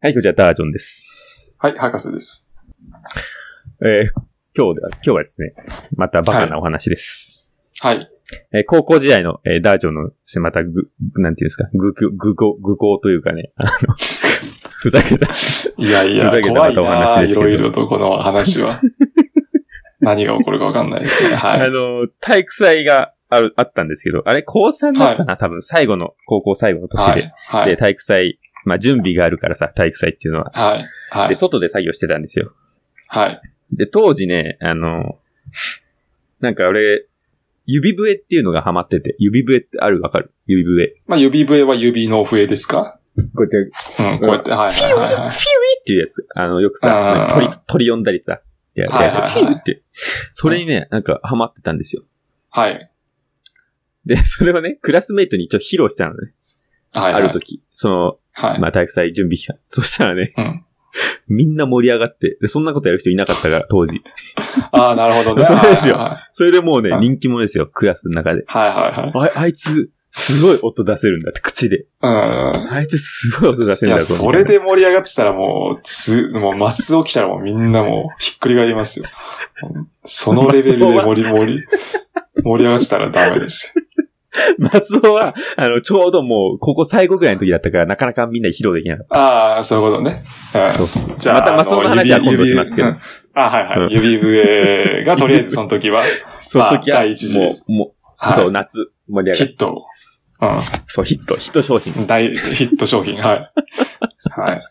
はい、こちらダージョンです。はい、博士です。えー今日では、今日はですね、またバカなお話です。はい。えー高校時代の、えーダージョンの、またぐ、なんていうんですか、ぐ、ぐ、ぐ、ぐ、行というかね、あの、 ふざけた、いやいやふざ、けたま怖いたお話なでいすけどろいろとこの話は。 何が起こるかわかんないですね。はあい。の、体育祭がある、あったんですけど、あれ、高3だったな、多分、最後の、高校最後の年はで。い。はで、い。体育祭、まあ、準備があるからさ、体育祭っていうのは。はい。はで、い。外で作業してたんですよ。はい。で、当時ね、あの、なんか俺、指笛っていうのがハマってて、指笛ってあるわかる指笛。まあ、指笛は指の笛ですかこうやって、うん、こうやって、はいはいはいはい。っていうやつ。あの、よくさ、あーなんか鳥、鳥呼んだりさ、やるはいはいやはるいフィーって。それにね、なんかハマってたんですよ。はい。で、それをね、クラスメイトに一応披露したのね。はい。ある時。その、はい。まあ、体育祭準備期間。 そしたらね、うんみんな盛り上がって、で、そんなことやる人いなかったから、当時。ああ、なるほど ね。そうですよはいそれでもうねう、ん人気者ですよ、クラスの中で。はいはいああいつ、すごい音出せるんだって、口で。はい。うん。あいつすごい音出せいるんや、だぞそれ。で盛り上がってたらもう、つ、もう、マス起きたらもうみんなもう、ひっくり返りますよ。そのレベルで盛り盛り、盛り上がってたらダメですよ。みたいなマスオは、あの、ちょうどもう、ここ最後ぐらいの時だったから、なかなかみんなに披露できなかっああ、そういうことね。た。そううん、じゃあ、またマスオの話は今度しますけどあの指指うんあはいはい。指笛がとりあえずその 時は、その時は、まあ第一次もう、もう、はい、そう、夏、盛り上ヒがる。ットを、うそう、ヒット、ヒット商品。ん、大ヒット商品、はい。はい。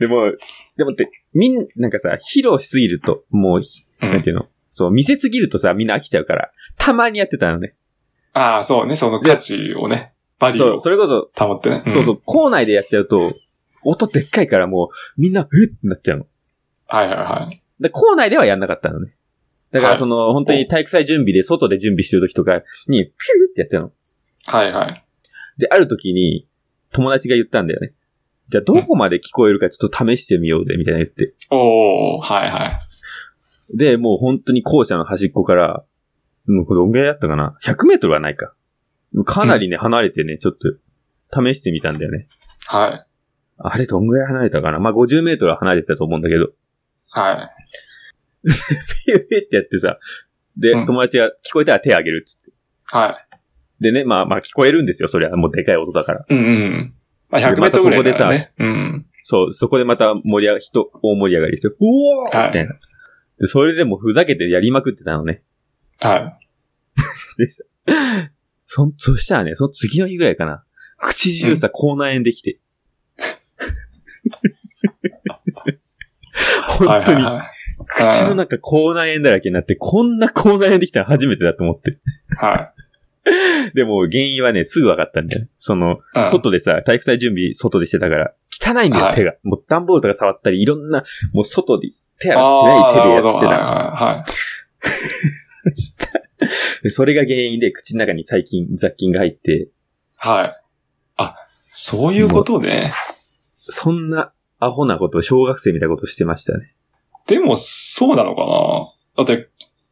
でも、でもって、みん、なんかさ、披露しすぎると、もう、うんなんていうのそう、見せすぎるとさ、みんな飽きちゃうから、たまにやってたのね。ああ、そうね、その価値をね、バリュそーう、それこそ、を保ってね。そうそうう、校内でやっちゃうと、音でっかいからもう、みんな、えってなっちゃうの。ん。はいはいはい。で、校内ではやんなかったのね。だかはら、いその、本当に体育祭準備で、外で準備してる時とかに、ピューってやってたの。はいはい。で、ある時に、友達が言ったんだよね。じゃあ、どこまで聞こえるかちょっと試してみようぜ、みたいな言って。おー、はいはい。で、もう本当に校舎の端っこから、もうこれどんぐらいだったかな ?100 メートルはないか。かなりね、離れてね、ちょっと、試してみたんだよね。はい。あれどんぐらい離れたかなまあ、50メートルは離れてたと思うんだけど。はい。ピューってやってさ。で、うん友達が聞こえたら手あげるっつって。はでね、まあまあ聞こえるんですよ。それはもうでかい音だから。い。うんうん。まあ、100メまーたトルぐらそこでいさならね。うん。そう、そこでまた盛り上が、人、大盛り上がりして、うおーはいみたいな。で、それでもうふざけてやりまくってたのね。はそ、そしたらね、その次の日ぐらいかな。口中さ、口内炎でき て。い。はい本当にはい、は口の中口内炎だらけになって、こんな口内炎できたの初めてだと思って。い。はでも、原因はね、すぐ分かったんだよね。その、い。う ん外でさ、体育祭準備、外でしてたから、汚いんだよ、はい手が。もう、段ボールとか触ったり、いろんな、もう、外で、手洗ってあなあ、いな手でるやほど。ってはいたはいはい。でそれが原因で、口の中に最近、雑菌が入って、はい。あ、そういうことね。そんな、アホなこと、小学生みたいなことしてましたね。でも、そうなのかなだって、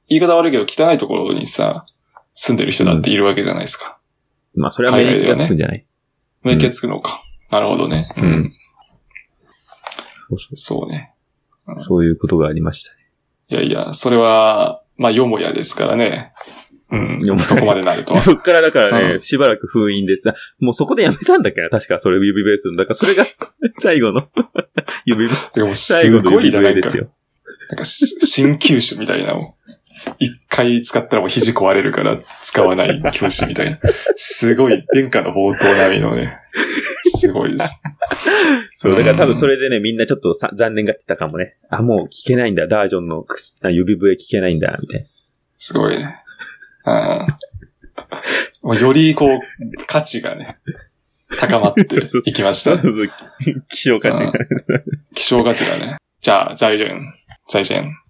言い方悪いけど、汚いところにさ、住んでる人だっているわけじゃないですか。まあ、それは免疫がつくんじゃない、免疫つくのか。なるほどね。ううんん。そうそそうね。う。そういうことがありましたね。いやいや、それは、まあ、よもやですからね。うんよも。やそこまでなると。 そっからだからね、うんしばらく封印でさ、もうそこでやめたんだっけな確か、それ指ベースの。だからそれが 最後の指、でも、す最後のごい指な、な笛んでかす、よ。なんかし、新旧種みたいなの。一回使ったらもう肘壊れるから使わない教師みたいな。すごい、殿下の宝刀並みのね。すごいです。そう、だから多分それ。れでね、みんなちょっとさ残念がってたかもね。あ、もう聞けないんだ、ダージョンの口あ指笛聞けないんだ、みたいな。すごいね。うん。もうよりこう、価値がね、高まっていきま しそうた。そう、希少価値が。希少価値がね。じゃあ、財源。財源。